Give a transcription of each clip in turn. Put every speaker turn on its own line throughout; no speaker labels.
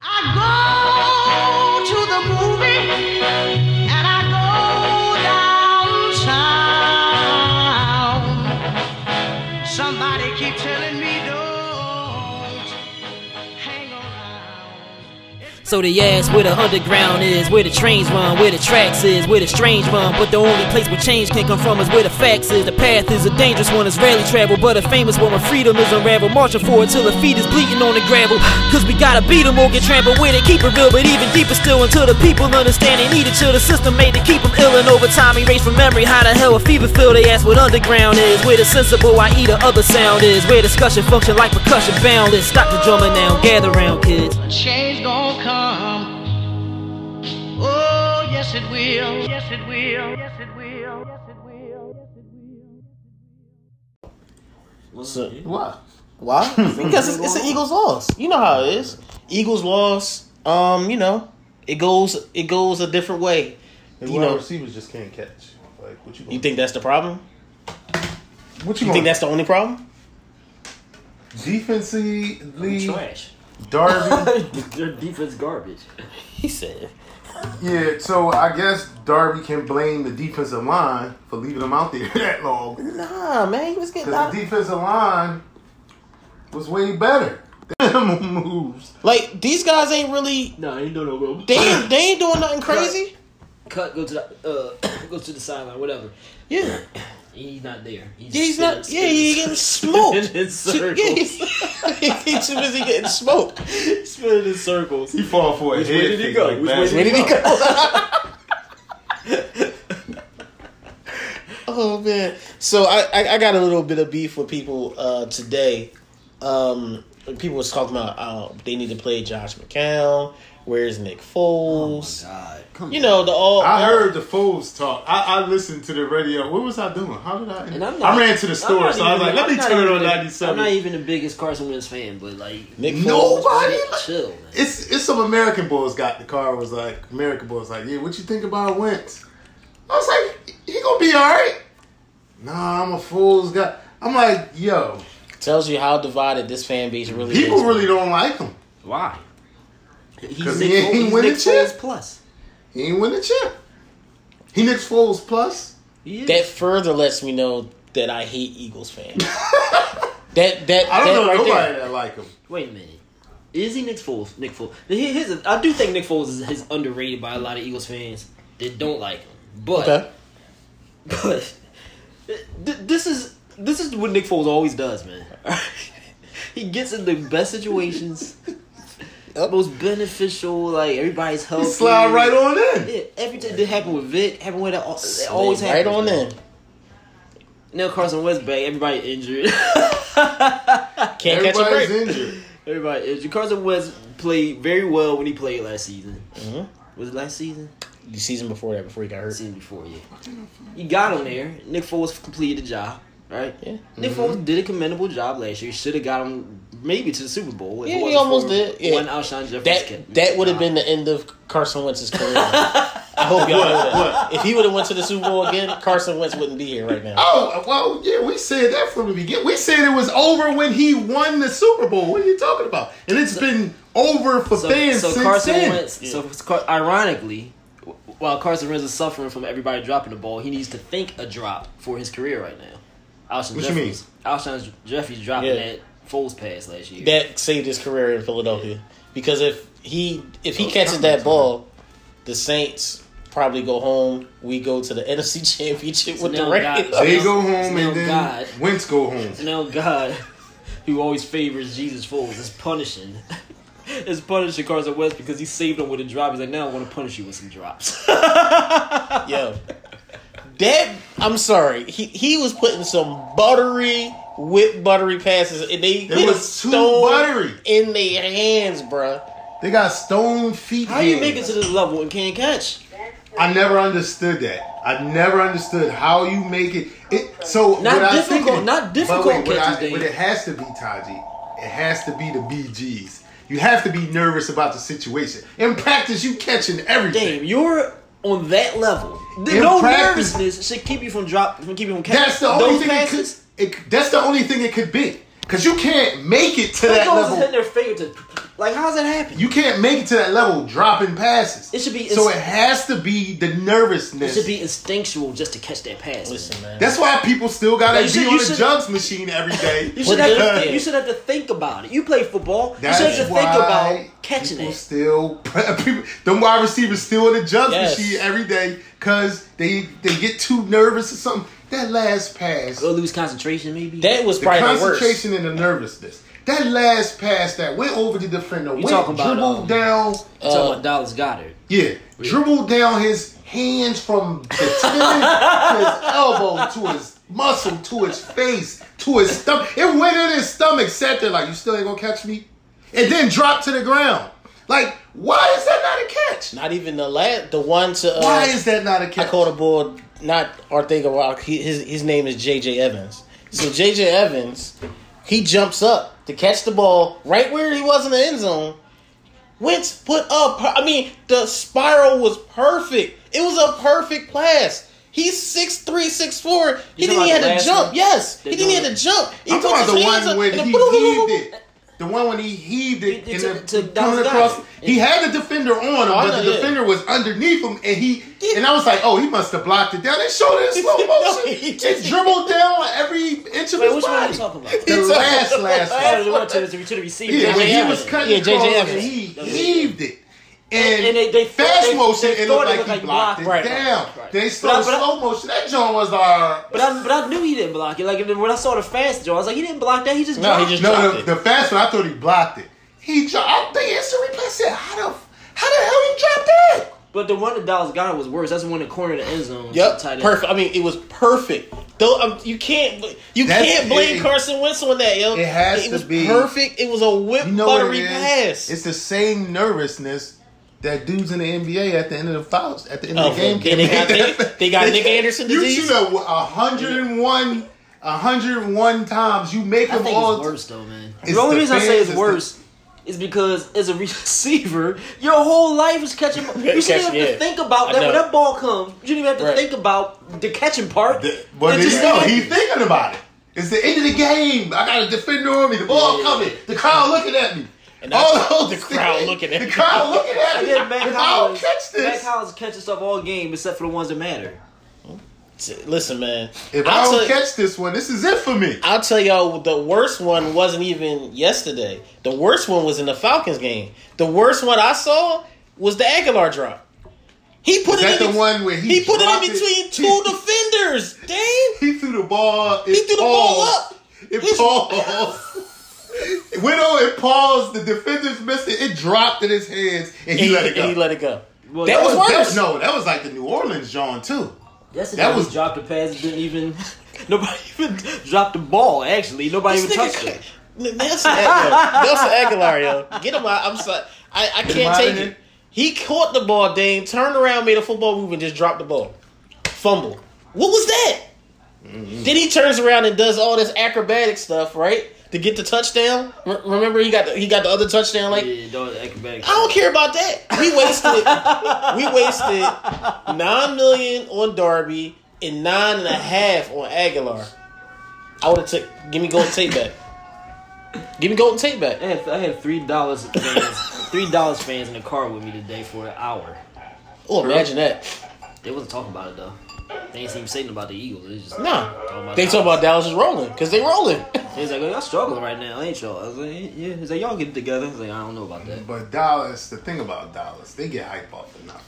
I go to the movie and I go downtown. Somebody keep telling me don't hang around.
So they ask where the underground is, where the trains run, where the tracks is, where the strange run. But the only place where change can come from is where the facts is. The path is a dangerous one, it's rarely traveled, but a famous one where freedom is unraveled. Marching forward till the feet is bleeding on the gravel. Cause we gotta beat 'em or get trampled with it. Keep it real, but even deeper still until the people understand they need it. Till the system made to keep 'em ill and over time erase from memory how the hell a fever feel. They ask what underground is, where the sensible I eat the other sound is, where discussion function like percussion boundless. Stop the drumming now, gather round kids.
change gonna come. Oh, yes it will. Yes it will. Yes it will. Yes it will. Yes it will.
So, why? Why? because it's, it's an Eagles loss. You know how it is. Eagles loss. Um, you know, it goes it goes a different way.
And
You
wide
know-
receivers just can't catch. Like what you? Gonna,
You think that's the problem?
What
You think that's the only problem?
defensively
Trash.
Darby?
Their defense garbage.
He said.
yeah. So I guess Darby can blame the defensive line for leaving him out there that long
Nah, man, he was getting
because the defensive line was way better. Them moves.
like these guys ain't really
No, I ain't doing no bro.
they ain't, they ain't doing nothing crazy.
Cut. Go to the uh, go to the sideline. Whatever.
Yeah,
He's not there. He's,
yeah, he's not.
spinning,
Yeah, he
spinning,
getting smoked.
spinning in circles.
Yeah, he's, he's too busy getting smoked. Spinning in circles.
He fall for a
Which
head
way did he
fake
go?
like
Which way
that.
Where did he go? oh man! So I, I I got a little bit of beef with people uh, today. Um, people was talking about uh, they need to play Josh McCown. Where's Nick Foles?
God, come
you know the all.
Oh I
all-
heard the Foles talk. I, I listened to the radio. What was I doing? How did I?
And I'm
I
not-
ran to the
I'm
store,
not
so I was like,
even-
"Let me
I'm not
turn
even
on
the- I'm not
97.
even the biggest Carson Wentz fan, but like
Nick Foles.
Nobody.
chill, man.
It's it's some American boys got the car. Was like American boys like, yeah. What you think about Wentz? I was like, he gonna be all right. Nah, I'm a fool's guy. I'm like, yo,
tells you how divided this fan base really is.
people really don't like him.
Why? He's
'Cause
Nick
he ain't
Foles, he's
winning
Nick
shit.
Foles plus.
He ain't win the chip. He Nick Foles plus.
He is.
That further lets me know that I hate Eagles fans. that that
I don't
that
know
right
nobody
there.
that like him.
Wait a minute. Is he Nick Foles? Nick Foles. Here- Here's a, I do think Nick Foles is, is underrated by a lot of Eagles fans that don't like him. But,
Okay.
but th- this is this is what Nick Foles always does, man. he gets in the best situations, most beneficial. Like everybody's
He
healthy.
slide right on in.
Yeah, everything that happened with Vic, happened with that, al- that always
Always right
happens,
on
man.
them.
Now Carson Wentz back. Everybody injured.
Can't catch a break.
Everybody's injured.
Everybody injured. Carson Wentz played very well when he played last season.
Mhm.
Was it last season?
The season before that, before he got hurt.
Season before, yeah. You got him there. Nick Foles completed the job, right?
Yeah. Mm-hmm.
Nick Foles did a commendable job last year. Should have got him maybe to the Super Bowl. if it
Yeah, he
wasn't
almost
for
did, yeah.
One Alshon Jeffrey.
That that would have been the end of Carson Wentz's career. I hope y'all know that. If he would have went to the Super Bowl again, Carson Wentz wouldn't be here right now.
Oh well, yeah, we said that from the beginning. We said it was over when he won the Super Bowl. What are you talking about? And it's been over for
so,
fans
so
since
Carson
then.
Wentz. So it's Car- ironically, w- while Carson Wentz is suffering from everybody dropping the ball, he needs to think a drop for his career right now. Alshon
What you
Jeffries. Alshon Jeffries dropping
Yeah.
that Foles pass last year.
That saved his career in Philadelphia because if he if he catches that ball, the Saints probably go home. We go to the NFC Championship with the
now
Rams.
God-
They go home
Now
and then
God.
Wentz go home.
now God, who always favors Jesus Foles, is punishing. Is punishing Carson Wentz because he saved him with a drop. He's like, now I want to punish you with some drops.
Yo, that I'm sorry. He he was putting some buttery whip buttery passes, and they
It was too buttery.
in their hands, bruh.
They got stone feet.
How you
hands.
make it to this level and can't catch?
I never understood that. I never understood how you make it. It so
Not
what I
difficult-
think it-
not
but
difficult
wait, what
catches,
I-
Dave.
But it has to be Taji. It has to be the BGs. You have to be nervous about the situation. In practice, you catching everything.
Damn, you're on that level. Th-
In
no
practice-
nervousness should keep you from drop from keeping from catching.
That's the only
Those
thing. It could,
passes,
it, that's the only thing it could be. Cause you can't make it to
Those
that
goals is
level.
hitting their fingertips. Like, how's that happen?
You can't make it to that level dropping passes.
It should be-
so. It has to be the
it
nervousness.
should be instinctual just to catch that pass. man.
Listen, man.
That's why people still gotta
Like, you
be
should-
on
you
the
should-
jugs machine every day.
You should,
But
have
the-
to, you should have to think about it. You play football.
That's
you should have to think
why
about catching
people
it.
Still, people, them wide receivers still in the jugs
Yes.
machine every day because they they get too nervous or something. That last pass,
Or lose concentration, maybe.
that was
the
probably the worst.
concentration and the nervousness. That last pass that went over the defender, went
talking about,
dribbled
um,
down.
I'm talking about Dallas Goddard.
Yeah, dribbled down his hands from the tendon to his elbow to his muscle to his face to his stomach. It went in his stomach, sat there like, you still ain't gonna catch me? And then dropped to the ground. Like, why is that not a catch?
Not even the last, the one to. Uh,
Why is that not a
I
catch?
caught a ball, not Ortega Rock. He, his his name is JJ Evans. So JJ Evans, he jumps up to catch the ball right where he was in the end zone. Wentz put up. I mean, the spiral was perfect. It was a perfect pass. He's six three, six four. He
You talking
didn't
about the
even have to
last
jump.
one?
Yes, he
They
didn't even
doing
have
it.
to jump. He
I'm
put
talking about
his
the
hands
one
up
when
and
he
the-
heaved it. The one when he heaved it,
It-
and
it
the,
to- to
coming
Dallas
across.
Goddard.
He had the defender on him,
I
Oh,
but
know,
the
yeah.
defender was underneath him, and he and I was like, oh, he must have blocked it down. They showed it in slow motion.
he
it
didn't.
dribbled down every inch of
Wait,
his
which
body.
one are you talking about?
The
He's
last,
talking
last,
Oh,
last.
the one to the- to the receiver.
Yeah, when he
Evans.
was cutting
Yeah,
the
JJ
corner, and
Evans.
he
Okay.
heaved it. And,
and they- they-
fast
they-
motion,
they
it looked
thought it
like
looked
he
like
blocked it
blocked. Right,
down.
right, right.
They started
But I- but I-
slow motion. That joint was uh, like,
But I, but I knew he didn't block it. Like when I saw the fast draw, I was like, he didn't block that. He just
No,
dropped
he just-
it.
No,
dropped
the,
it.
the fast one, I thought he blocked it. He dropped. I'm thinking instant replay. I said, how the, f- how the hell he dropped that?
But the one that Dallas Goddard was worse. That's the one in the corner of the end zone.
Yep,
tight end.
perfect. I mean, it was perfect. Though um, you can't, you
That's-
can't blame
it-
Carson Wentz on that, yo.
it has
it
to
was
be-
perfect. It was a whip
You know what
buttery
it is?
pass.
It's the same nervousness that dudes in the NBA at the end of the fouls, at the end
Oh,
of the game.
they- they
can't
got-
make
they-
that-
they got Nick Anderson
You
disease?
shoot a, a hundred and one, a hundred and one times. You make
I
them
think
all.
it's worse though, man.
It's
the only
the
reason I
fans,
say it's
it's the-
worse is because as a receiver, your whole life is catching. You shouldn't
Catching,
even have to
yeah.
think about
I
that when
know.
that ball comes. You shouldn't even have to
Right.
think about the catching part.
The- But
It's
it's
just
no,
like-
he's thinking about it. It's the end of the game. I got a defender on me. The ball
Yeah.
coming. The crowd looking at me.
And
all
that's-
those
the
things.
crowd looking at
The
me.
crowd looking at
And
me.
then Matt
if I don't
Collins,
catch
Matt
this,
Collins catches stuff all game except for the ones that matter.
Listen, man.
if I
I'll
don't
tell-
catch this one, this is it for me.
I'll tell y'all the worst one wasn't even yesterday. The worst one was in the Falcons game. The worst one I saw was the Aguilar drop. He put
Is
it
that
in
the one where he
he put it
dropped
in
it?
between two defenders. Dang.
He threw the ball. It
He threw the ball
paused.
up.
It
His-
paused. It went on. It paused. The defenders missed it. It dropped in his hands, and he, let it go.
And he let it go.
Well,
that,
that
was,
that
worse.
was- no, that was like the New Orleans John too.
That's the
That
that was
was-
dropped the pass. Didn't even nobody even dropped the ball. Actually, nobody
This
even
nigga
touched
could-
it.
N- Nelson Aguilar. Nelson Aguilar, yo. Get him out. I'm sorry. I, I
him
can't
out of
take
here.
it. He caught the ball, Dame, turned around, made a football move, and just dropped the ball. Fumble. What was that? Then he turns around and does all this acrobatic stuff, right? To get the touchdown. R- remember, he got the, he got the other touchdown. Like
yeah, don't acrobatic.
I don't care about that. We wasted we wasted nine million on Darby and nine and a half on Aguilar. I would have took give me golden tape back. Give me golden tape
I
back.
had, I had three dollars fans, three dollars fans in the car with me today for an hour.
Oh, imagine that.
They wasn't talking about it though. They ain't even saying about the Eagles. They just Oh
Nah, they talk about Dallas is rolling because they rolling.
He's like, oh, y'all struggling right now, ain't y'all? I was like, yeah. He's like, y'all get it together. I was like, I don't know about that.
But Dallas, the thing about Dallas, they get hype off of nothing.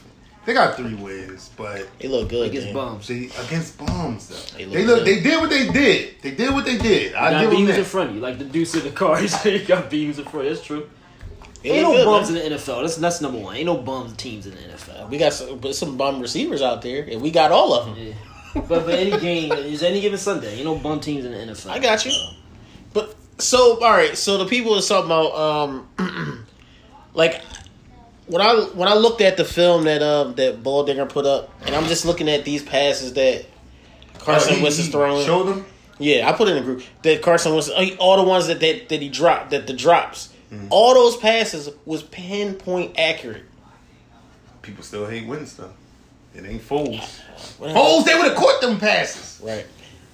They got three wins, but
They look
He
good.
gets
man.
bums.
they against bombs though.
They
They
look
look, they,
good.
did what they did. They did what they did. I
Got
give them
beams in
that.
front of you, like the deuce in the car. He's like, you got beams in front. That's true.
They
Ain't
look
no
good,
bums
man.
in the NFL. That's that's number one. Ain't no bums teams in the NFL.
We got some, but some bum receivers out there, and we got all of them.
Yeah. but for any game, it's any given Sunday. Ain't no bum teams in the NFL.
I got you. But so all right, so the people that's talking about um like when I when I looked at the film that um that Balldinger put up and I'm just looking at these passes that Carson
Uh, He-
Wentz is
he
throwing.
Showed them.
Yeah, I put it in a group that Carson Wentz uh, all the ones that that, that he dropped that the drops.
Mm-hmm.
All those passes was pinpoint accurate.
People still hate wins though. It ain't fools.
What happened?
Foles, they would have caught them passes.
Right.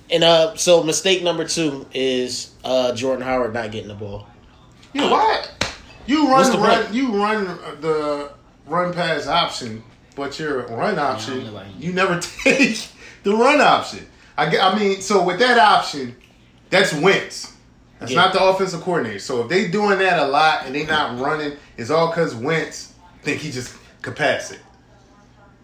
And uh so mistake number 2 is uh Jordan Howard not getting the ball.
You know why? You
What's
run,
the
run
point?
you run the run pass option, but your run option
know why he-
you never take the run option. I, ge- I mean, so with that option, that's Wentz. That's
Yeah.
not the offensive coordinator. So if they doing that a lot and they not running, it's all because Wentz think he just could pass it.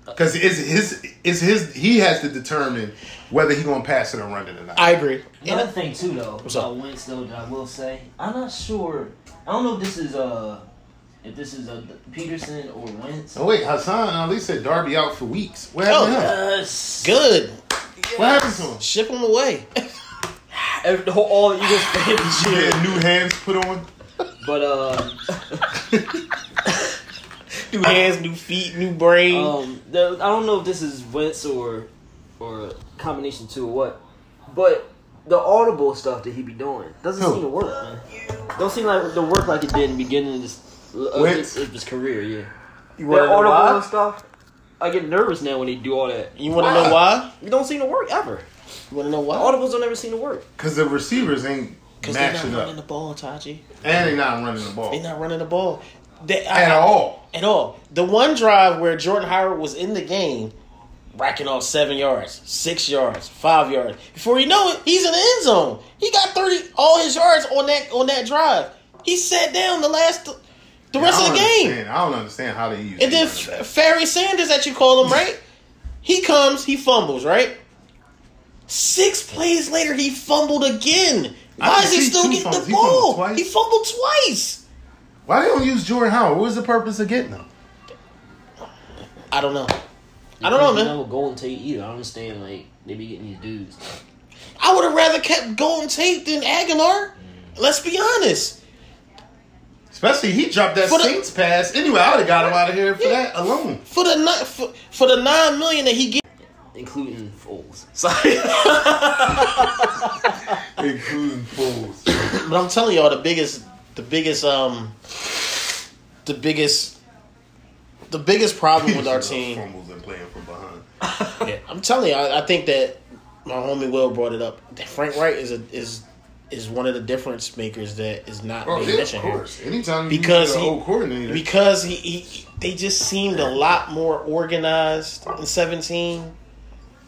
Because it's his, it's his. He has to determine whether he gonna pass it or run it or not.
I agree. And
Another thing too, though,
What's up?
about Wentz, though, that I will say, I'm not sure. I don't know if this is uh, if this is uh, Peterson or Wentz.
oh wait, Hassan Ali said Darby out for weeks. What
Oh,
happened? to him?
Yes.
good.
What happened to him?
Ship them away.
Every, the whole, all Eagles fans this
He
year.
had new hands put on.
But uh,
new hands, new feet, new brain.
um, the, I don't know if this is Wentz or or combination two or what. But the audible stuff that he be doing doesn't
Who?
seem to work. Man. Don't seem like the work like it did in the beginning of this of
Wentz?
his, of his career. Yeah.
you
That
want to know
audible
why?
stuff. I get nervous now when they do all that.
You want to know why?
It don't seem to work ever.
You want to know why?
Audibles don't ever seem to work.
Because the receivers ain't
Because they're not
matching up.
running the ball, Taji.
and they're not running the ball
They're not running the ball. They, I-
at all.
at all. The one drive where Jordan Howard was in the game, racking off seven yards, six yards, five yards. Before you know it, he's in the end zone. He got thirty all his yards on that on that drive. He sat down the last the rest
I
of
don't
the game.
understand. I don't understand how they use
And then
these running
F- Ferry Sanders, that you call him, right? he comes, he fumbles, right? Six plays later, he fumbled again.
I
Why
can
is he
see
still
two
getting
fumbles.
the
He fumbled
ball?
twice.
He fumbled twice.
backs. Why they don't use Jordan Howard? What was the purpose of getting him?
I don't know. I don't know, man.
Not with Golden Tate either. I don't understand. Like they be getting these dudes.
I would have rather kept Golden Tate than Aguilar. Let's be honest.
Especially he dropped that
For the-
Saints pass. Anyway, I would have got him out of here for that alone.
For the ni- for, for the nine million that he gets,
including Foles. Sorry,
Including fools.
but I'm telling y'all, the biggest, the biggest, um, the biggest, the biggest problem with our team.
Fumbles and playing from behind.
Yeah, I'm telling you, I, I think that my homie Will brought it up. That Frank Wright is a is is one of the difference makers that is not
Oh,
being
yeah, of
mentioned here.
course. Anytime
Because
you use
he-
an old coordinator,
because he, he they just seemed a lot more organized in 17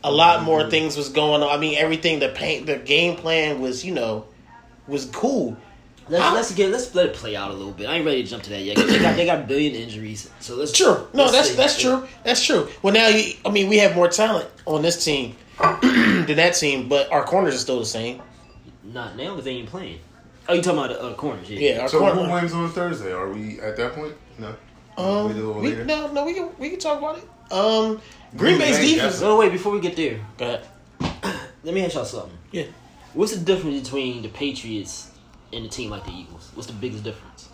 a
Mm-hmm.
lot more things was going on i mean everything the paint the game plan was you know was cool
let's let's get let's let it play out a little bit. I ain't ready to jump to that yet. 'cause They got they got a billion injuries, so let's
true no
let's
that's
see.
that's true that's true well now you, i mean we have more talent on this team than that team but our corners are still the same
Not now because they ain't playing. Oh, you talking about the uh, corners? Yeah.
yeah our
so who
corners
wins on Thursday? Are we at that point? No. we do it
um, we,
later?
no no we can we can talk about it um green
Green
bay's
Bay,
defense
No, wait. Before we get there,
go ahead
let me ask y'all something.
yeah
What's the difference between the Patriots and a team like the Eagles? What's the biggest difference?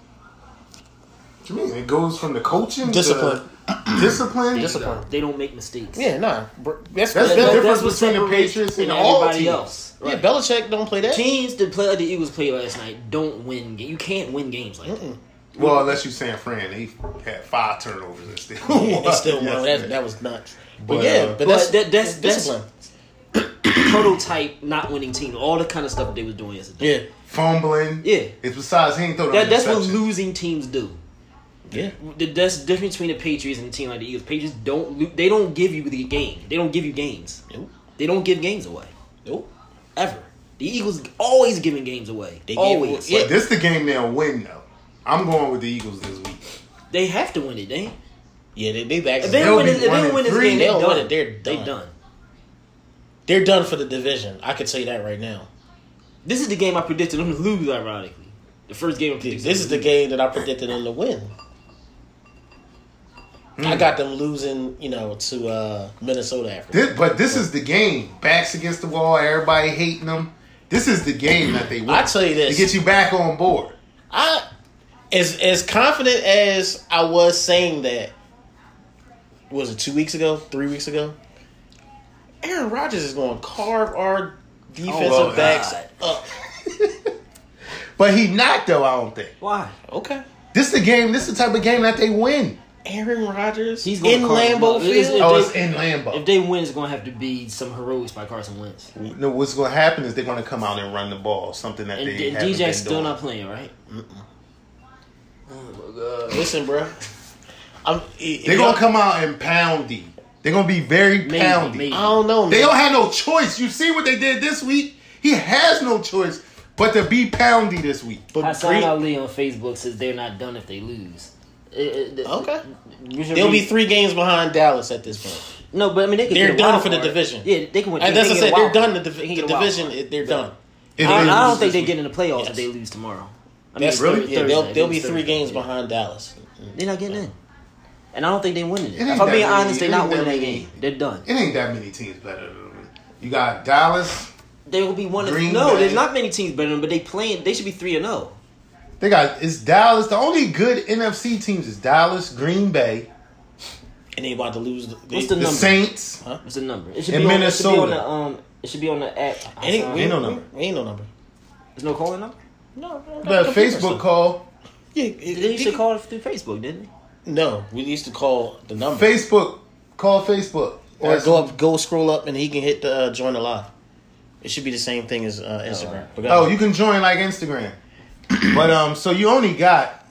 What you mean? It goes from the coaching to-
Discipline.
discipline,
They-
Discipline.
They don't make mistakes.
yeah nah br- that's,
That's
that's,
the
That-
difference
what
between the
separates
Patriots
them
and all
everybody
teams.
else.
yeah
Right.
belichick don't play that
teams that play like the Eagles played last night don't win. ga- You can't win games like that.
Well, unless you San Fran, they had five turnovers and still
Yeah, they still won.
Yes,
That,
man.
that was nuts. But,
But,
yeah,
uh,
but,
But
that's,
that, that's that's
discipline.
prototype not winning team. All the kind of stuff they was doing yesterday.
yeah,
fumbling.
Yeah.
It's besides he ain't throw no
That, that's what
interception.
losing teams do.
yeah.
The that's the difference between the Patriots and a team like the Eagles. Patriots don't lo- they don't give you the game. They don't give you games.
Nope,
They don't give games away
nope.
ever. The Eagles always giving games away.
They give-
always.
yeah.
But this the game they'll win though. I'm going with the Eagles this week.
They have to win it. They
Yeah, they they back.
if they don't
They'll
win,
be
this, if they
one
don't
and
win this
three.
game,
They
they
don't
done.
win it, they're
They
done.
done.
They're done for the division. I could tell you that right now.
This is the game I predicted them to lose. Ironically, the first game I predicted.
This is the game that I predicted them to win.
Hmm.
I got them losing, you know, to uh, Minnesota after.
This, but this is the game. Backs against the wall. Everybody hating them. This is the game that they win.
I tell you
to
this,
get you back on board.
I as as confident as I was saying that was it two weeks ago, three weeks ago. Aaron Rodgers is going to carve our defensive
Oh, God.
backs up.
But he not though. I don't think
Why?
Okay,
this the game. This the type of game that they win.
Aaron Rodgers
He's gonna
in
carve them
Lambeau
up. It is-
Field.
oh,
they-
it's in Lambeau.
If they win, it's gonna have to be some heroics by Carson Wentz.
no, what's going to happen is they're going to come out and run the ball. Something that
And,
they
and
haven't been
DJ's still
doing.
not playing, right? Oh my god.
Listen, bro. I'm,
They're gonna come out and poundy. They're gonna be very
Maybe,
poundy.
maybe.
I don't know.
They
man.
don't have no choice. You see what they did this week? He has no choice but to be poundy this week.
But
Hassan
Greek,
Ali on Facebook says they're not done if they lose. It- it-
Okay.
You should
they'll be
read-
three games behind Dallas at this point.
No, but I mean they could
They're
get a
done
wild
for the
card.
division.
Yeah, they can win.
And
they
that's what
can get
I said.
a
They're
wild
done.
card.
The, div-
They can
the
get a wild
division,
card.
it- they're done.
If
I,
they
I don't think
lose this
they
week.
get in the playoffs if
Yes.
they lose tomorrow. I
That's
mean,
really?
Thursday,
Yeah, they'll
they
they'll
lose
be three
Thursday.
games
Yeah.
behind Dallas.
They're not getting in. And I don't think they winning it.
It ain't
If I'm
that
being
many-
honest, they're
it
not
ain't that
winning that
many.
game. They're done.
It ain't that many teams better than them. You got Dallas.
They will be one of
Green
no.
Bay.
There's not many teams better than, them, but they playing. They should be three and oh. zero.
They got it's Dallas. The only good NFC teams is Dallas, Green Bay,
And they about to lose. The, they,
What's the
the
number?
Saints.
What's the number? It should
In
be on, it should be on
Minnesota.
the um. It should be on the app.
Ain't, we,
Ain't
ain't
no
no
number.
We, ain't no number.
There's no calling number.
No, no, no,
The
no,
Facebook call.
Yeah,
They
it,
used to call it through Facebook, didn't they?
no, we used to call the number.
Facebook. Call Facebook.
Or go up, go scroll up, and he can hit the uh, join the live. It should be the same thing as uh, Instagram. But go
Oh,
ahead.
you can join like Instagram. but um, so you only got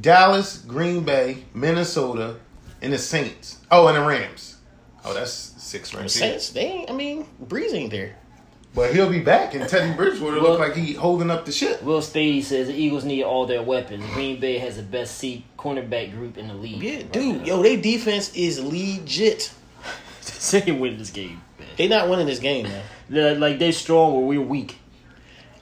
Dallas, Green Bay, Minnesota, and the Saints. Oh, and the Rams. Oh, that's six right
The
there.
Saints, they ain't. I mean, Breeze ain't there.
But he'll be back, and Teddy Bridgewater
Well-
look like he holding up the ship.
Will Spady says the Eagles need all their weapons. Green Bay has the best seat cornerback group in the league.
Yeah,
right
dude,
now.
yo, they defense is legit.
they ain't winning this game. Man.
They not winning this game, man.
They're, like they're strong where we're weak.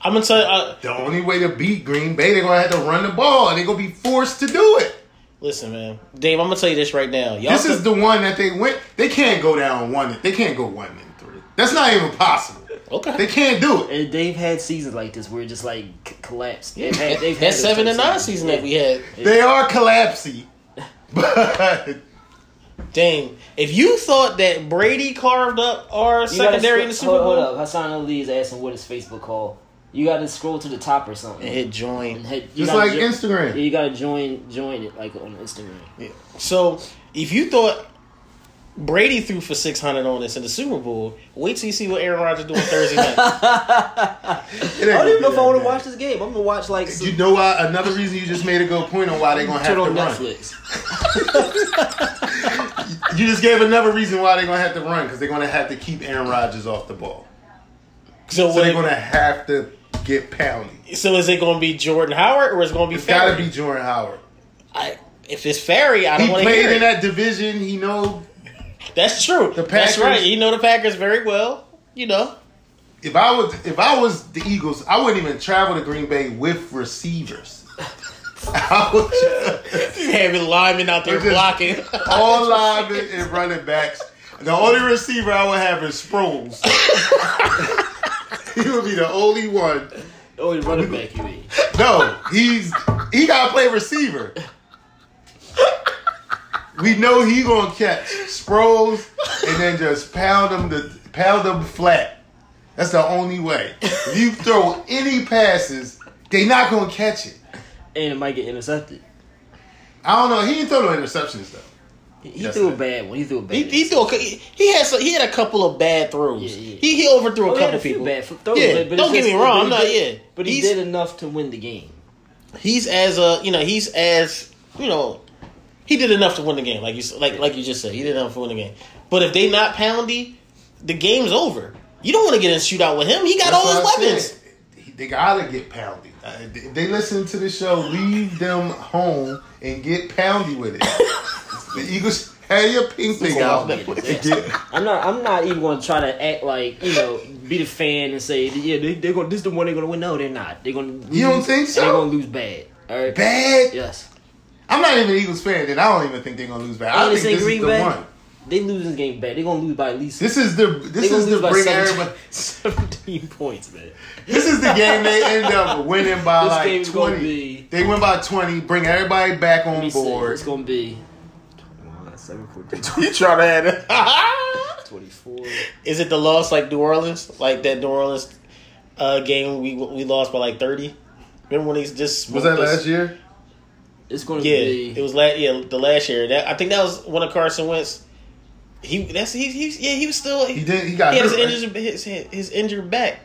I'm gonna tell you. Uh,
The only way to beat Green Bay, they're gonna have to run the ball, and they're gonna be forced to do it.
listen, man, Dave, I'm gonna tell you this right now. Y'all,
This
could-
is the one that they went. They can't go down one. They can't go one and three. That's not even possible.
Okay.
They can't do it.
And they've had seasons like this where it just like c- collapsed.
yeah,
They've had, they've had
that
those
seven and
type
nine
of seasons.
season that we had.
They are collapsing. But
Dang, if you thought that Brady carved up our
You gotta
secondary
scro-
in the Super Bowl
Hold, hold up, Hassan Ali is asking what his Facebook call. You got to scroll to the top or something.
and hit join,
And hit- you
just
gotta
like
jo-
Instagram.
Yeah, you gotta join join it like on Instagram.
Yeah. So if you thought Brady threw for six hundred on us in the Super Bowl, wait till you see what Aaron Rodgers do on Thursday night.
It ain't
I don't even know
gonna
if
be
I want
that
to
bad.
watch this game. I'm gonna watch like some,
You know why? Another reason you just made a good point on why they're gonna have
turn
to
on
run.
Netflix.
You just gave another reason why they're gonna have to run because they're gonna have to keep Aaron Rodgers off the ball.
So,
So
what
they're gonna have to get pounded.
so is it going to be Jordan Howard or is it going to be
It's gotta
Ferry?
be Jordan Howard.
I, if it's Ferry, I
He
don't want to
played
hear
in
it.
that division. He know
That's true.
The Packers-
That's right. You know the Packers very well. You know.
if I was if I was the Eagles, I wouldn't even travel to Green Bay with receivers. I would just-
Having linemen out there
Just-
blocking.
all linemen and running backs. The only receiver I would have is Sproles. he would be the only one.
Oh, he's running back. You mean?
No, he's he gotta play receiver. We know he gonna catch Sproles and then just pound him to pound him flat. That's the only way. If you throw any passes, they not gonna catch it.
And it might get intercepted.
I don't know. He didn't throw no interceptions though.
He, he
Yes,
threw a
man.
bad one. He threw a bad.
He, he threw. A, he had some, he had a couple of bad throws.
Yeah, yeah.
He he overthrew
Oh,
a
he had
couple
few
people.
bad f- throws,
yeah,
but- but it's
don't get me
just-
wrong. I'm
but
not.
he
Yeah,
did- but he
He's-
did enough to win the game.
he's as a you know he's as you know he did enough to win the game like you s- like like you just said he did enough to win the game but if they not poundy the game's over you don't want to get in a shootout with him he got
That's
all his
what I
weapons
said. He- They gotta get pounded. Uh, If they listen to the show, leave them home and get poundy with it. the Eagles had your pink thing out and get
I'm not. I'm not even going to try to act like you know, be the fan and say, yeah, they, they're going. to This is the one they're going to win. No, they're not. They're going. to
You don't think so?
They're going to lose bad. All right.
bad.
Yes.
I'm not even an Eagles fan, and I don't even think they're gonna lose bad. I
And
think
it's in
this
Green
is the
Bay.
one.
They lose this game bad. They're going to lose by at least.
This is the
they
this
gonna
is the
lose by
bring
17,
everybody.
17 points, man.
This is the game they end up winning by
This
like
game's gonna
twenty.
be-
They win by twenty. Bring everybody back
Let
on
me see.
board.
It's going to be. 21, 7, 14,
You try to add it.
24.
is it the loss like new orleans like that new orleans uh, game we we lost by like 30 remember when he just
Was that
smoked us?
last year?
It's going to
yeah
be.
it was last yeah the last year that i think that was one of carson wentz he that's he, he yeah he was still
He did. He got
He had
hurt.
his
right?
injured, his, his injured back.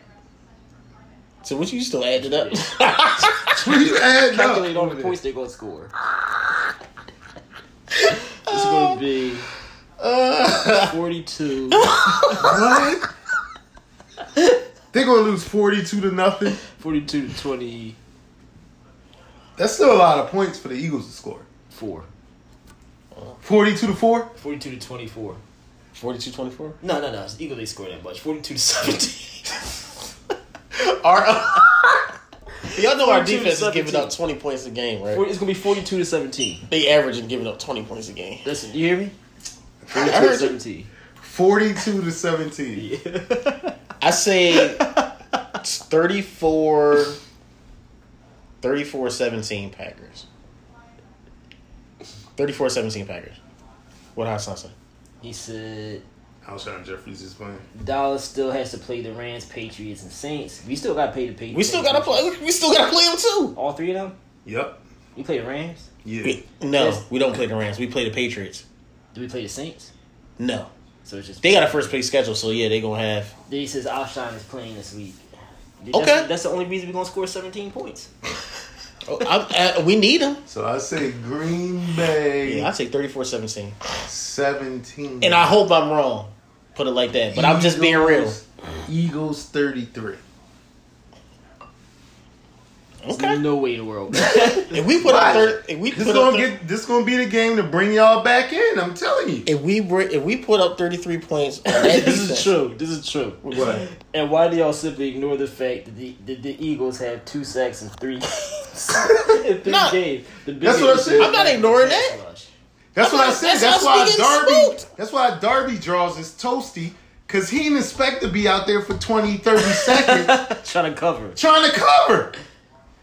So what you still added up?
When you add up,
Calculate all the points they're gonna score. it's gonna be
Uh,
forty-two.
What? They're gonna lose forty-two to nothing.
42 to 24.
That's still a lot of points for the Eagles to score. Forty-two to four.
42 to 24.
42 24?
No, no, no. It's Eagles didn't score that much. 42 to 17.
Our, y'all know our
42 to
defense is
17.
giving up 20 points a game, right?
Forty- it's going to be 42 to 17.
They average and giving up 20 points a game.
Listen, you hear me?
I
42 to
heard you.
17.
Forty-two to seventeen.
I say 34 34 17 Packers. 34 17 Packers. What Hassan said.
He said
Alshon Jeffries is playing.
Dallas still has to play the Rams, Patriots, and Saints. We still got to pay the Patriots.
We still gotta play. We still gotta play them too.
All three of them?
Yep.
We play the Rams?
Yeah.
We- no, we don't play the Rams. We play the Patriots.
Do we play the Saints?
No,
So it's just.
they got a first place schedule, so yeah, they gonna have.
Then he says Alshon is playing this week. That's-
Okay.
That's the only reason we're going to score 17 points.
Oh, I, I, we need them.
So I say Green Bay
Yeah, I take 34-17.
seventeen.
and I hope I'm wrong. Put it like that, but I'm just being real.
Eagles- Eagles thirty-three.
There's
Okay,
no way in the world.
if we put up
Why?
thir- if we
This
put up
is gonna
thir-
get. This gonna be the game to bring y'all back in. I'm telling you.
if we br- if we put up 33 points, on that
this is
defense-
true. This is true.
What?
And why do y'all simply ignore the fact that the, that the Eagles have two sacks in three games? in three
Nah,
games. The big
that's what I
issue
said.
is
I'm
not ignoring that.
rush.
That's what I said.
That's
That's
how
why
we getting
Darby.
smoked.
That's why Darby draws is toasty because he didn't expect to be out there for 20, 30 seconds
Trying to cover.
trying to cover.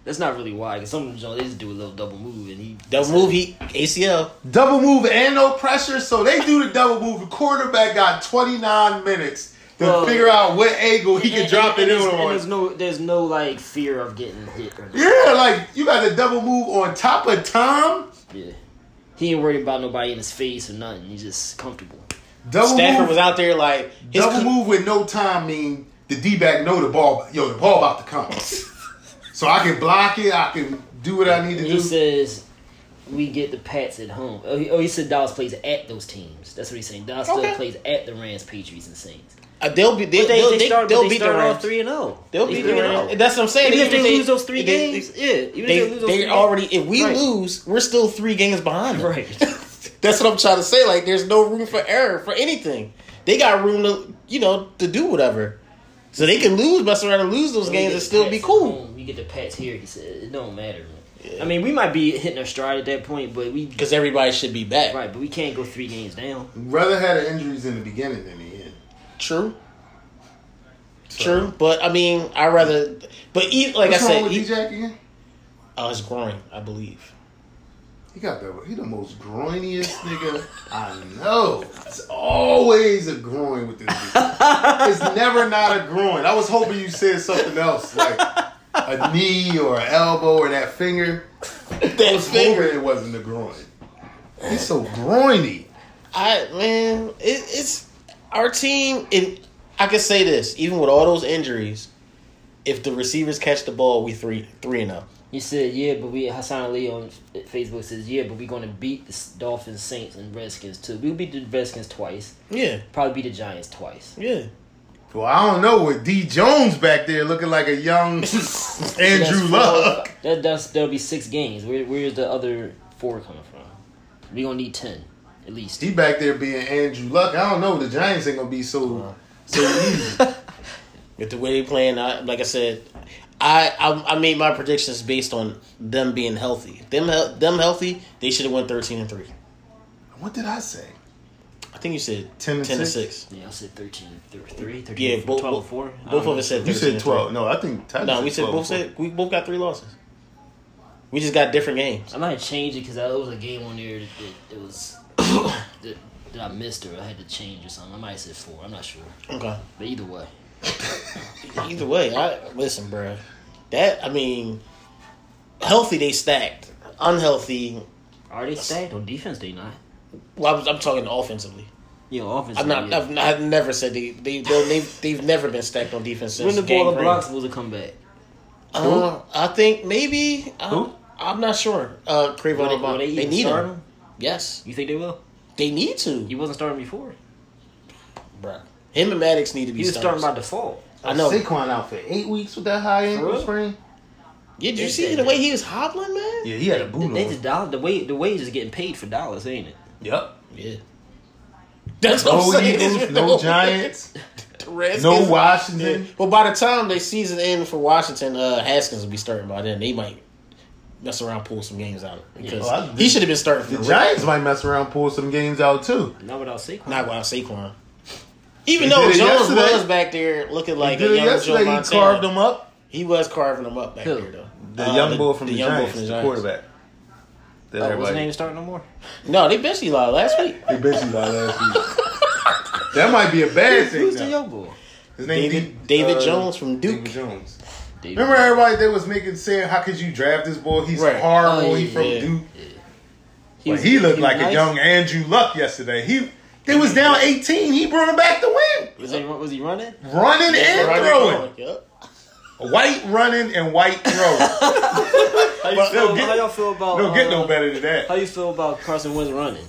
That's not really why. Because some of them they just do a little double move and he.
That move he ACL.
Double move and no pressure, so they do the double move. The quarterback got twenty nine minutes to
Well,
figure out what angle he can
And-
drop it
and
in
there's- and
on.
There's no, there's no like fear of getting hit. Or
Yeah, like you got the double move on top of Tom.
yeah. He ain't worried about nobody in his face or nothing. He's just comfortable.
Double
Stafford
move,
was out there like his
double
cl-
move with no time mean the D back know the ball. Yo, the ball about to come. so I can block it. I can do what I need to
And
do.
he says, "We get the Pats at home." Oh, he, oh, he said Dallas plays at those teams. That's what he's saying. Dallas
Okay.
still plays at the Rams, Patriots, and Saints.
Uh, they'll be they,
But they,
will
they,
they,
start,
will
they
beat the
start all
Rams.
three and zero.
They'll
They
beat
three
the
and
Rams.
oh.
That's what I'm saying.
Even if they, lose those three
if they-
games, yeah. Even
They,
if they lose those
they
three
already if we
Right.
lose, we're still three games behind.
games.
them.
right.
That's what I'm trying to say. Like, there's no room for error for anything. They got room to, you know, to do whatever. So they can lose, but around and lose those
We
games
get
and
the
still be
Pats at
cool.
home. We get the Pats here. He said it don't matter. man. I mean, we might be hitting our stride at that point, but we
Because everybody should be back.
right, but we can't go three games down.
Rather had injuries in the beginning than the end.
True. True. But I mean, I rather. But e like
What's
I
wrong
said,
with
e-
D-Jack again?
oh, it's growing. I believe.
He got that. He the most groiniest nigga I know. It's always a groin with this. Nigga. It's never not a groin. I was hoping you said something else like a knee or an elbow or that finger. I
That
was hoping
finger.
it wasn't a groin. He's so groiny.
I man, it, it's our team. And I can say this, even with all those injuries, if the receivers catch the ball, we three three and up.
He said, "Yeah, but we." Hassan Ali on Facebook says, "Yeah, but we're going to beat the Dolphins, Saints, and Redskins too. We'll beat the Redskins twice.
Yeah.
Probably beat the Giants twice.
Yeah.
Well, I don't know with D Jones back there looking like a young Andrew
four-
Luck.
That that's there'll be six games. Where where's the other four coming from? We are gonna need ten at least.
He back there being Andrew Luck. I don't know. The Giants ain't gonna be so so easy.
With the way they playing, I, like I said, I, I I made my predictions based on them being healthy. Them hel- them healthy, they should have won thirteen and three.
What did I say?
I think you said
10 and six?
Yeah, I said 13, th- 3, 13,
Yeah, both,
12,
both,
4.
both of us said. 13
You said
and
twelve. No, I think Tyler
Three. No, we said
12
both
before.
said we both got three losses. We just got different games.
I might change it because there was a game on there that, that it was that, that I missed or I had to change or something. I might have said four. I'm not sure,
Okay.
but either way,
Either way, I listen, bruh. That I mean, healthy they stacked. Unhealthy.
are they stacked on defense? They not.
Well, I'm, I'm talking offensively.
Yeah, offense.
I'm not. I've, I've never said they they they'll- they've, they've never been stacked on defense. Since
when the
Gang
ball
Green.
blocks was a comeback.
Uh, I think maybe. I,
Who?
I'm not sure. Uh, Trayvon
Will they-
Martin.
will they
They,
even
need
start
him.
him?
Yes,
You think they will?
they need to,
He wasn't starting before.
bruh. Him and Maddox need to be.
He was starting
starters.
by default.
I know.
Saquon out for eight weeks with that high
For
ankle
real?
sprain.
Yeah, did you see the way he was hobbling, man?
Yeah, he had a boot
They just dollar the way the wage is getting paid for dollars, ain't it?
Yep.
Yeah. That's what
Oh,
I'm
No
saying.
Eagles,
There's
Oh, no Giants,
The Redskins-
no
Yeah.
Washington.
Well, by the time they season end for Washington, uh, Haskins will be starting by then. They might mess around, pull some games out because
Well, I-
he should have been starting for
The
the
Giants might mess around, pull some games out too.
Not without Saquon.
Not without Saquon. Even
They
though
did it
Jones
yesterday.
was back there looking like
Did
a
it
young
yesterday,
Joe
he
Montana,
carved them up.
he was carving them up back
Who?
there though.
The
Uh,
young boy from the,
young boy
Giants,
from
the,
Giants. Oh,
quarterback. That
Oh, what's his
everybody-
name starting no more?
No, they benched Eli last week.
They bitched about last week. that might be a bad thing.
Who's the
though.
young boy?
His uh,
David- David Jones from Duke.
David Jones.
David.
Remember everybody that was making saying, "How could you draft this boy? He's
Right.
horrible.
Oh,
he
yeah,
from
yeah.
Duke."
He
But
was-
he looked
was
like a
nice?
young Andrew Luck yesterday. He they was down eighteen. He brought him back to win,
Was he, was he running?
running and
Right
throwing,
there. Yep.
white running and white throwing.
How, you
But
feel,
they'll get-
how y'all feel about?
Don't get
uh,
no better than
How
that.
you feel about Carson Wentz running?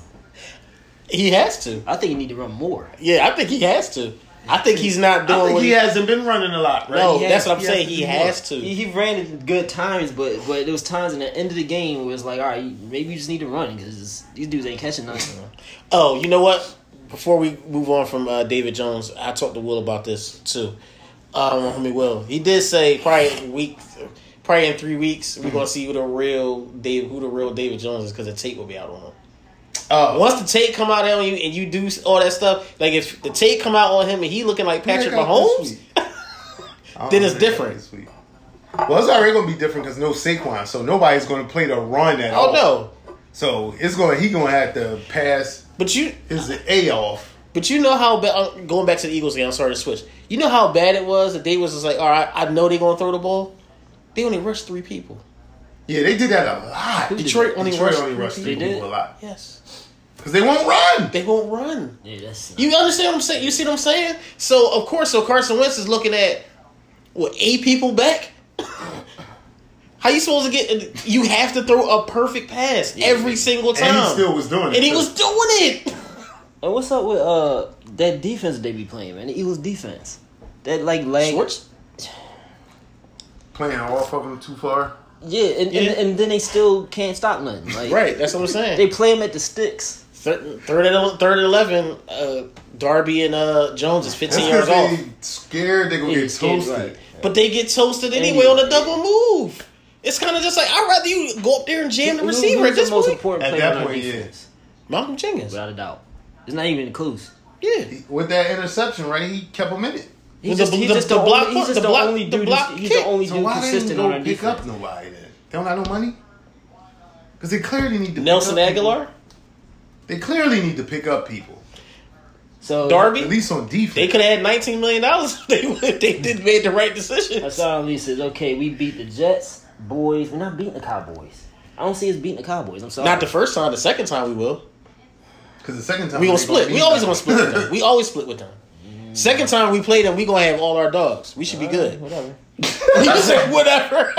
He has to.
I think you need to run more.
Yeah, I think he has to. I think he's not doing
I think
what
he
he,
hasn't been running a lot, right?
No,
He
that's
has-
what I'm
he has
saying.
to
He
do
has to.
He, he ran in good times, but but there was times in the end of the game where it's like, all right, you- maybe you just need to run because these dudes ain't catching nothing.
Oh, you know what? Before we move on from uh, David Jones, I talked to Will about this too. Um, I mean, Will, he did say probably in week, probably in three weeks, we're gonna see who the real Dave, who the real David Jones is, because the tape will be out on him. Uh,
Oh,
Once the tape come out on you and you do all that stuff, like if the tape come out on him and he looking like Patrick Mahomes, Then it's different.
This week. Well, it's already gonna be different because no Saquon, so nobody's gonna play the run at all.
oh no!
So it's going. He gonna have to pass
But you,
his A off.
But you know how bad. uh, Going back to the Eagles game, I'm sorry to switch. You know how bad it was that they was just like, all right, I know they're gonna throw the ball. They only rushed three people.
Yeah, they did that a lot.
did
Detroit only
Detroit
rushed.
only rushed
three
three
They did?
people a lot
people. Yes,
because they won't run.
they won't run.
Yeah, that's
You understand what I'm saying? You see what I'm saying? So of course, so Carson Wentz is looking at what eight people back. How you supposed to get? You have to throw a perfect pass every single time,
And he still was doing it.
and he
too.
was doing it.
And what's up with uh that defense they be playing, man? The Eagles defense. That like lag.
Schwartz?
playing off of him too far.
Yeah, and,
Yeah.
And, and then they still can't stop nothing. Like
Right, that's what I'm saying.
they play them at the sticks.
Third, third and third and eleven, uh, Darby and uh, Jones is
That's
fifteen
because
yards off,
they scared they gonna
Yeah,
get
scared,
toasted.
right.
but they get toasted anyway on a double move. It's kind of just like I'd rather you go up there and jam the
Who- who-
receiver
who's
at this
the most
point.
important
At
player
that
on our
point, yeah.
defense?
Malcolm Jenkins,
Without a doubt. It's not even close.
yeah,
With that interception, right? He kept him in it.
He's
The-
just, he's
the-
just
the
the,
block-
only, he's just
the
the,
block-
only
the
dude.
block
he's
kick.
the only
So
dude
why didn't he
consistent on our
go pick
defense.
up nobody then? They don't have no money. Because they clearly need to.
Nelson
pick up people.
Aguilar,
They clearly need to pick up people.
So
At
Darby.
least on defense.
They could have had nineteen million dollars if they if they did made the right
that's
decisions.
all Lisa says. Okay, we beat the Jets, boys. We're not beating the Cowboys. I don't see us beating the Cowboys. I'm sorry.
Not the first time. The second time we will.
Because the second time
We gonna
they
split. We
beat
always
them.
gonna split with them. We always split with them. Second time we play them, we gonna have all our dogs. We should be good.
Whatever.
He just said whatever.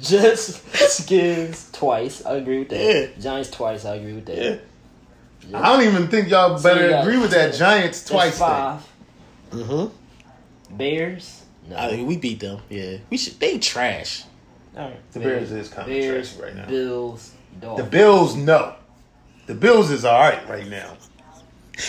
Jets, Skins twice. I agree with that.
Yeah.
Giants twice. I agree with that.
Yeah.
I don't even think y'all
So
better
you got-
agree with that Giants
That's
twice. Thing.
five.
Mhm.
Bears. No.
I mean, we beat them. Yeah, we should. They trash.
All right.
The Bears is kinda
Bears,
trash right now.
Bills.
The
Dolphins.
Bills, no. The Bills is all right right now.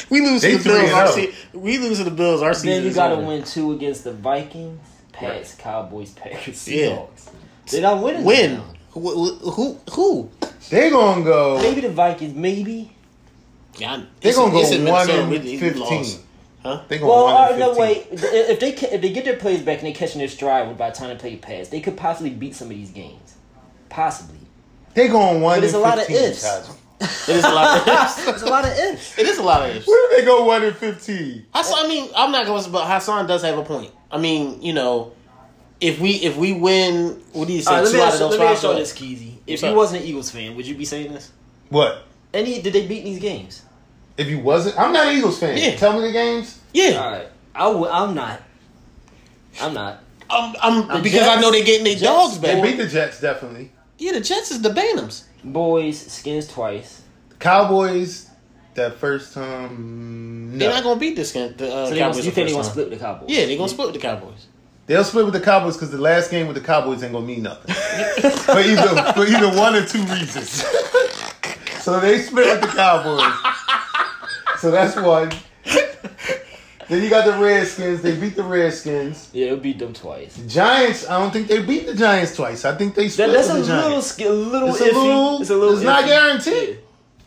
We lose
They
to the Bills. Our
three and
se- we lose to the Bills. Our season.
then you
is
got to
over.
win two against the Vikings, Pats, Cowboys, Packers,
Yeah.
Seahawks. They're not winning.
Win.
right now.
Who? Who? who?
They gonna go.
Maybe the Vikings. Maybe.
Yeah,
They
it's-
gonna
it's in
go one
Minnesota.
and
We- we lost.
fifteen.
Huh?
They gonna
Well,
one
all right,
and
no
15.
wait. If they ca- if they get their plays back and they catching their stride by the time they play pass, they could possibly beat some of these games. Possibly.
They going one.
But it's
and
a lot of
15,
ifs.
Taj.
It is a lot. Of ifs.
There's a lot of ifs.
it is a lot of ifs.
Where did they go one and fifteen?
Hassan, I mean, I'm not going, to but Hassan does have a point. I mean, you know, if we if we win, what do you say?
All right, let
two
me
out of
ask,
those
let me
five.
ask y'all
what?
this, Keezy. If
What's
you
up?
wasn't an Eagles fan, would you be saying this?
What?
Any did they beat these games?
If you wasn't, I'm not an Eagles fan.
Yeah.
Tell me the games.
Yeah,
All right, I would. I'm not. I'm not.
I'm, I'm,
The
because I know they're getting their
Jets-
dogs
They
back.
beat the Jets definitely.
yeah, the Jets is the Bantams.
Boys skins twice.
Cowboys that first time.
They're
No.
not gonna beat this game. The, uh,
So they gonna,
Cowboys
you think
the
they're gonna
first time.
split with the Cowboys?
Yeah, they're gonna split with the Cowboys.
They'll split with the Cowboys because the last game with the Cowboys ain't gonna mean nothing for either for either one or two reasons. so they split with the Cowboys. So that's one. Then you got the Redskins. They beat the Redskins.
Yeah, it'll beat them twice.
Giants. I don't think they beat the Giants twice. I think they
That,
split
that's a
with the
little,
Giants.
sk- a little
it's
iffy.
a little. It's,
It's a little.
not
iffy.
guaranteed.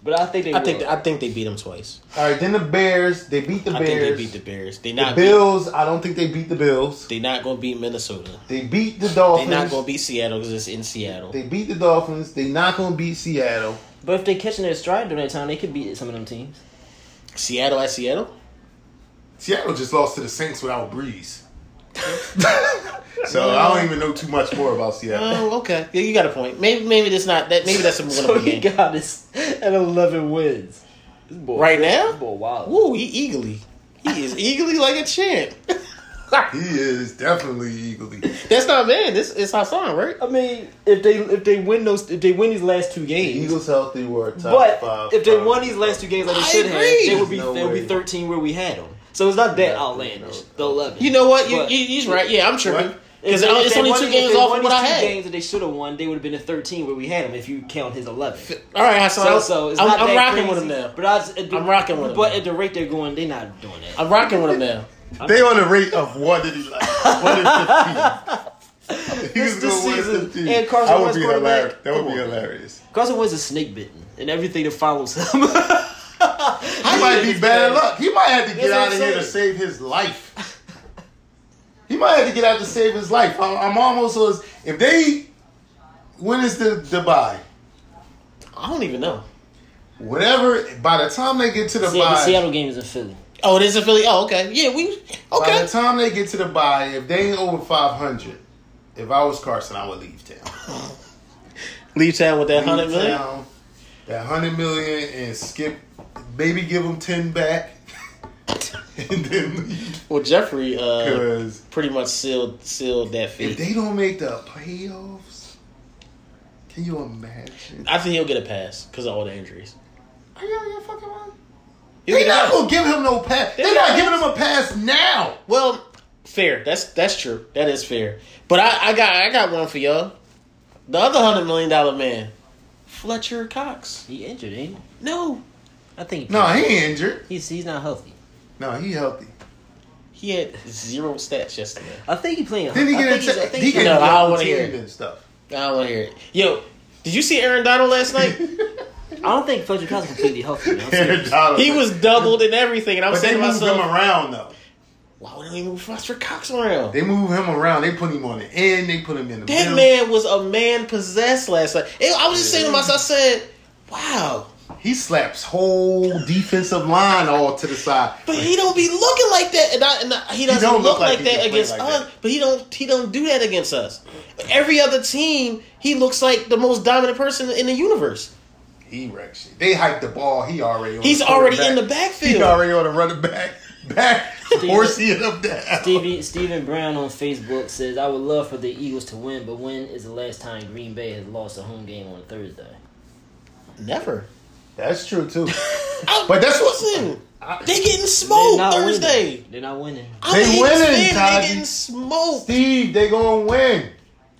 But I think they.
I think
will.
I think they beat them twice.
All right. Then the Bears. They beat the
I
Bears.
think they beat the Bears. They
The
not beat,
Bills. I don't think they beat the Bills.
they not gonna beat Minnesota.
They beat the
They
Dolphins.
not gonna beat Seattle because it's in Seattle.
They beat the Dolphins. They not gonna beat Seattle.
But if they catching their stride during that time, they could beat some of them teams.
Seattle at Seattle.
Seattle just lost to the Saints without Breeze. so I don't even know too much more about Seattle.
Oh, okay. Yeah, you got a point. Maybe maybe that's not that. Maybe that's a
So
winnable
he
game.
got us at eleven wins. This boy,
Right
This
now,
boy, wild.
woo, he eagerly. He is eagerly like a champ.
He is definitely eagerly.
That's not bad. This is Hassan, right?
I mean, if they if they win those if they win these last two
The
games,
Eagles healthy were top
but
five.
if they
probably.
won these last two games like they
I
should
agree.
have, they would be
No
they would be
way.
thirteen where we had them. So it's not that
No,
outlandish.
no.
The eleven.
You know what? You,
But-
you, he's right. Yeah, I'm tripping.
What?
If
Because
they- if
it's
they
only
won
two
these- if
games
they
off
won
of what
these
I
two
had.
Games that they should have won, they would have been at thirteen where we had them. If you count his eleven.
All right, Hassan.
So, so it's
I'm,
not
I'm
that
rocking
crazy,
with him now.
But I, was- at the-
I'm rocking with him.
But at the rate they're going, they're not doing that.
I'm rocking with him now.
they on the rate of one in like one in fifteen.
This-
Eagles
this
go one in
season,
15.
and Carson
That would
Wentz
be
quarterback.
hilarious. That would
Come
be
on.
hilarious.
Carson Wentz is snake bitten, and everything that follows him.
He might be bad luck. He might have to get
That's what
out
I'm
of here to
saying.
save his life. He might have to get out to save his life. I- I'm almost was if they when is the the bye?
I don't even know.
Whatever. By the time they get to the
Seattle,
bye,
Seattle game is in Philly.
Oh, it is a Philly. Oh, okay. Yeah, we
by
okay.
the time they get to the bye, if they ain't over 500, if I was Carson, I would leave town.
Leave town with that
Leave
hundred million.
town, that hundred million, and skip. Maybe give them ten back, and then leave.
Well, Jeffrey uh,
'Cause
pretty much sealed sealed that
If
fee.
they don't make the playoffs, can you imagine?
I think he'll get a pass because of all the injuries.
Are you out of your fucking mind?
He'll
They
get a
not
pass.
gonna give him no pass. They're not giving him a pass now.
Well, fair. That's that's true. That is fair. But I, I got I got one for y'all. The other hundred million dollar man, Fletcher Cox.
He injured, ain't he?
No,
I think
No, he ain't injured.
he's he's not healthy.
No, he healthy.
he had zero stats yesterday.
I think he playing.
Then he
I
get
think he's- I
into
think
he
he's-
get
No, I don't wanna
team
hear it.
and stuff.
I don't want to hear it. Yo, did you see Aaron Donald last night?
I don't think Fletcher Cox is completely healthy. man. I'm serious.
he
he was doubled and everything, and I'm
But they
saying to
move him
myself,
around though.
why would they move Fletcher Cox around?
They move him around. They put him on the end. They put him in the
That
middle.
man was a man possessed last night. And I was just saying to myself, I said, wow.
He slaps whole defensive line all to the side.
But he don't be looking like that, and, I, and I- he doesn't
don't
look,
look
like,
like he
that
can play
against
like
us.
that.
But he don't he don't do that against us. Every other team, he looks like the most dominant person in the universe.
He wrecks shit. They hike the ball. He already. On
He's
the
already
quarterback.
in the backfield.
He already on the running back. Back horsey it up there.
Stevie, Stephen Brown on Facebook says, "I would love for the Eagles to win, but when is the last time Green Bay has lost a home game on Thursday?"
Never.
That's true too.
I-
But that's what-
listen. They getting smoked Thursday.
Winning. They're not winning.
I'm
They
a Eagles
winning,
fan,
Taji.
They getting smoked.
Steve, they gonna win.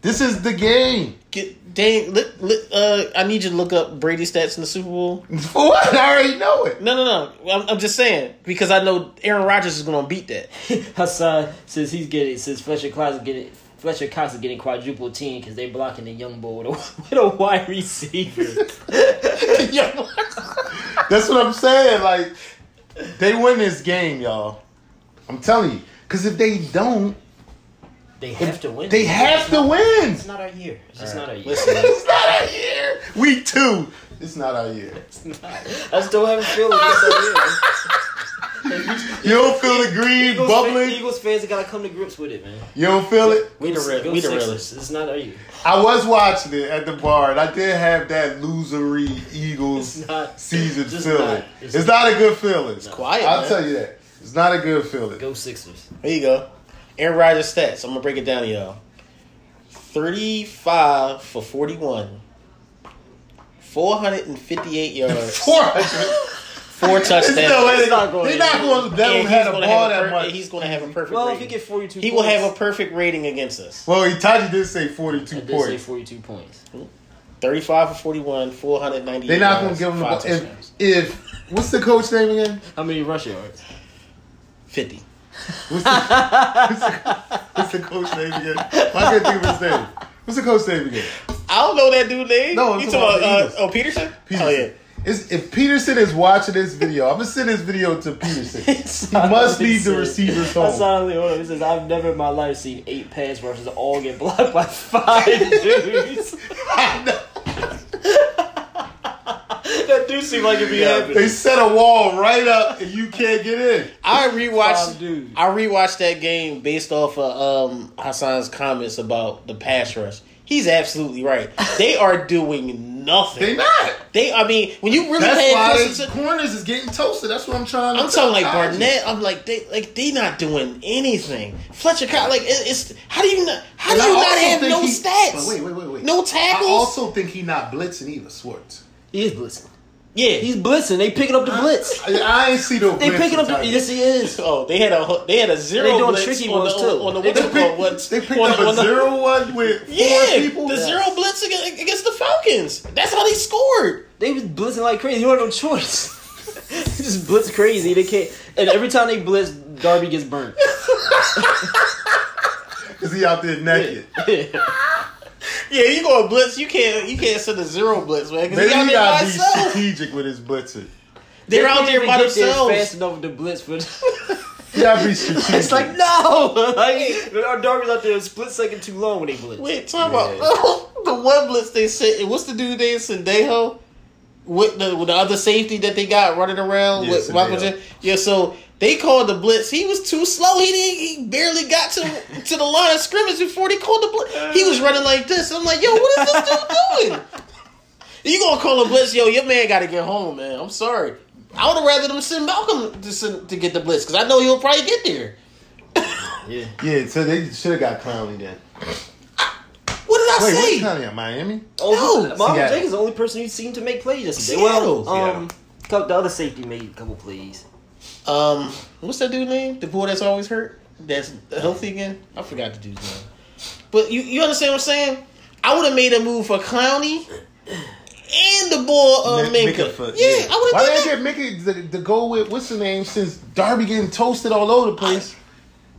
This is the game.
Get, dang, li, li, uh, I need you to look up Brady stats in the Super Bowl.
For what? I already know it.
No, no, no. I'm, I'm just saying because I know Aaron Rodgers is going to beat that.
Hassan says he's getting says Fletcher Cox is getting Fletcher Cox is getting quadruple team because they blocking the young boy with a, with a wide receiver.
Yo,
That's what I'm saying. Like, they win this game, y'all. I'm telling you. Cause if they don't,
they have to win.
they have to win.
It's not our year. It's just not our year.
listen,
It's not our year. Week two. It's not our year.
I still haven't feeling it's
You don't feel the green
our year. Eagles,
bubbling.
Eagles fans gotta come to grips with it, man.
You don't feel it.
we the real,
Go
we the
Sixers.
realest.
It's not our year.
I was watching it at the bar, and I did have that losery Eagles
It's not-
season
just
feeling.
not.
it's,
It's
not a good feeling.
Quiet.
I'll
man.
tell you that. It's not a good feeling.
Go Sixers.
There you go. Aaron Rodgers stats. I'm gonna break it down to y'all. 35 for 41. 458 yards.
Four hundred.
four touchdowns.
There's no way
It's not going
They're not
anywhere.
going to let him
and
have
he's
the
gonna
ball
have,
that
a per-
much.
and he's gonna have a perfect
Well, if
rating.
you get 42
he will
points,
have a perfect rating against us.
Well, Itachi did say 42
I did say
points.
42 points.
35 for 41, 490.
They're not going to give him the ball. If, if, what's the coach name again?
How many rush yards?
50.
What's the, what's the coach name again? Why can't I think of his name? What's the coach name again?
I don't know that dude name.
No, I'm
you
talking
talking
about the
about, uh,
Eagles.
oh Peterson?
Peterson.
Oh yeah.
It's- if Peterson is watching this video, I'm gonna send this video to Peterson. he must lead the receivers
I
home.
silently order. It says, I've never in my life seen eight pass rushes all get blocked by five dudes. that dude seemed like it'd be
They
happening.
set a wall right up, and you can't get in.
I
Five
rewatched.
dudes.
I rewatched that game based off of um, Hassan's comments about the pass rush. He's absolutely right. They are doing nothing.
They not.
They, I mean, when you really pay
That's why
attention
the
to,
corners is getting toasted. That's what I'm trying. to
I'm talking like
I just-
Barnett. I'm like they, like they not doing anything. Fletcher Cox, like it, it's how do you not, how
And
do
I
you not
also
have
think
no
he-
stats?
but Wait, wait, wait, wait.
No
I
tackles.
also think he not blitzing either. Swartz.
He is blitzing.
yeah.
He's blitzing. They picking up the blitz.
I, I ain't see no.
They
blitz
picking up the.
from Tyreek.
Yes, he is.
Oh, they had a they had a zero
They doing
blitz
tricky
on
ones,
the,
too.
on the
They
what
They
you
picked,
call what
they picked
on
up
the-
a
on the-
zero one with four
Yeah,
people.
the zero blitz against, against the Falcons. That's how they scored.
They was blitzing like crazy. You had no choice. They just blitz crazy. They can't. And every time they blitz, Darby gets burnt.
Cause he out there naked.
Yeah, you go a blitz, you can't you can't send a zero blitz, man. Because
Maybe
they out
he
there by
gotta be
themselves.
strategic with his blitzing.
They're out
can't
there
even
by
get there
themselves.
Fast enough to blitz for.
He gotta be strategic.
It's like no, like our Darby's out there a split second too long when they blitz.
Wait, talk about the one blitz they sent. and What's the dude they sent? Dejo with the with the other safety that they got running around
Yeah,
with
Sendejo.
Michael J. Yeah, so they called the blitz. He was too slow. He didn't. He barely got to to the line of scrimmage before they called the blitz. He was running like this. I'm like, yo, what is this dude doing? You gonna call a blitz? Yo, your man got to get home, man. I'm sorry. I would have rather them send Malcolm to send, to get the blitz because I know he'll probably get there.
Yeah.
yeah, so they should have got Clowney then.
What did I
Wait,
say?
what's Clowney at Miami?
Oh,
No,
Marvin
Seattle.
Jenkins is the only person who seemed to make plays yesterday.
Seattle.
Well, um, couple- the other safety made a couple plays.
Um, what's that dude name? The boy that's always hurt, that's healthy again. I forgot the dude's name. But you, you understand what I'm saying? I would have made a move for Clowney and the boy uh,
Mi-
Minka.
Mickey-
Yeah, I would
Why
have
did they
done
get Mickey the, the go with what's the name? Since Darby getting toasted all over the place,
that.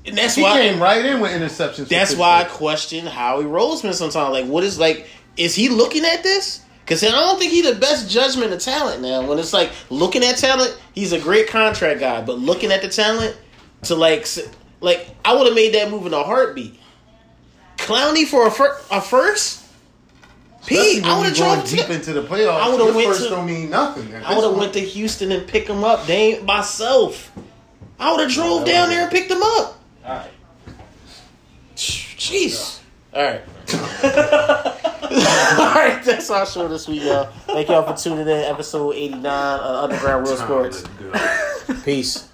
And that's
he
why.
came right in with interceptions. for
That's why I
Pittsburgh.
question Howie Roseman sometimes. Like, what is like? Is he looking at this? Because I don't think he the best judgment of talent now. When it's like looking at talent, he's a great contract guy, but looking at the talent to like, s- like I would have made that move in a heartbeat. Clowney for a, fir- a first,
Especially
Pete.
when
I would
you
have
going
tried.
deep
To,
into the playoffs.
I
I
would've
would
went
have first
to-
don't mean nothing.
I would have went to Houston and pick him up. They ain't myself. I would have drove down there and picked him up.
All right.
Jeez. All right. All right, that's our show this week, y'all. Thank y'all for tuning in. Episode 89 of Underground Real Sports. Peace.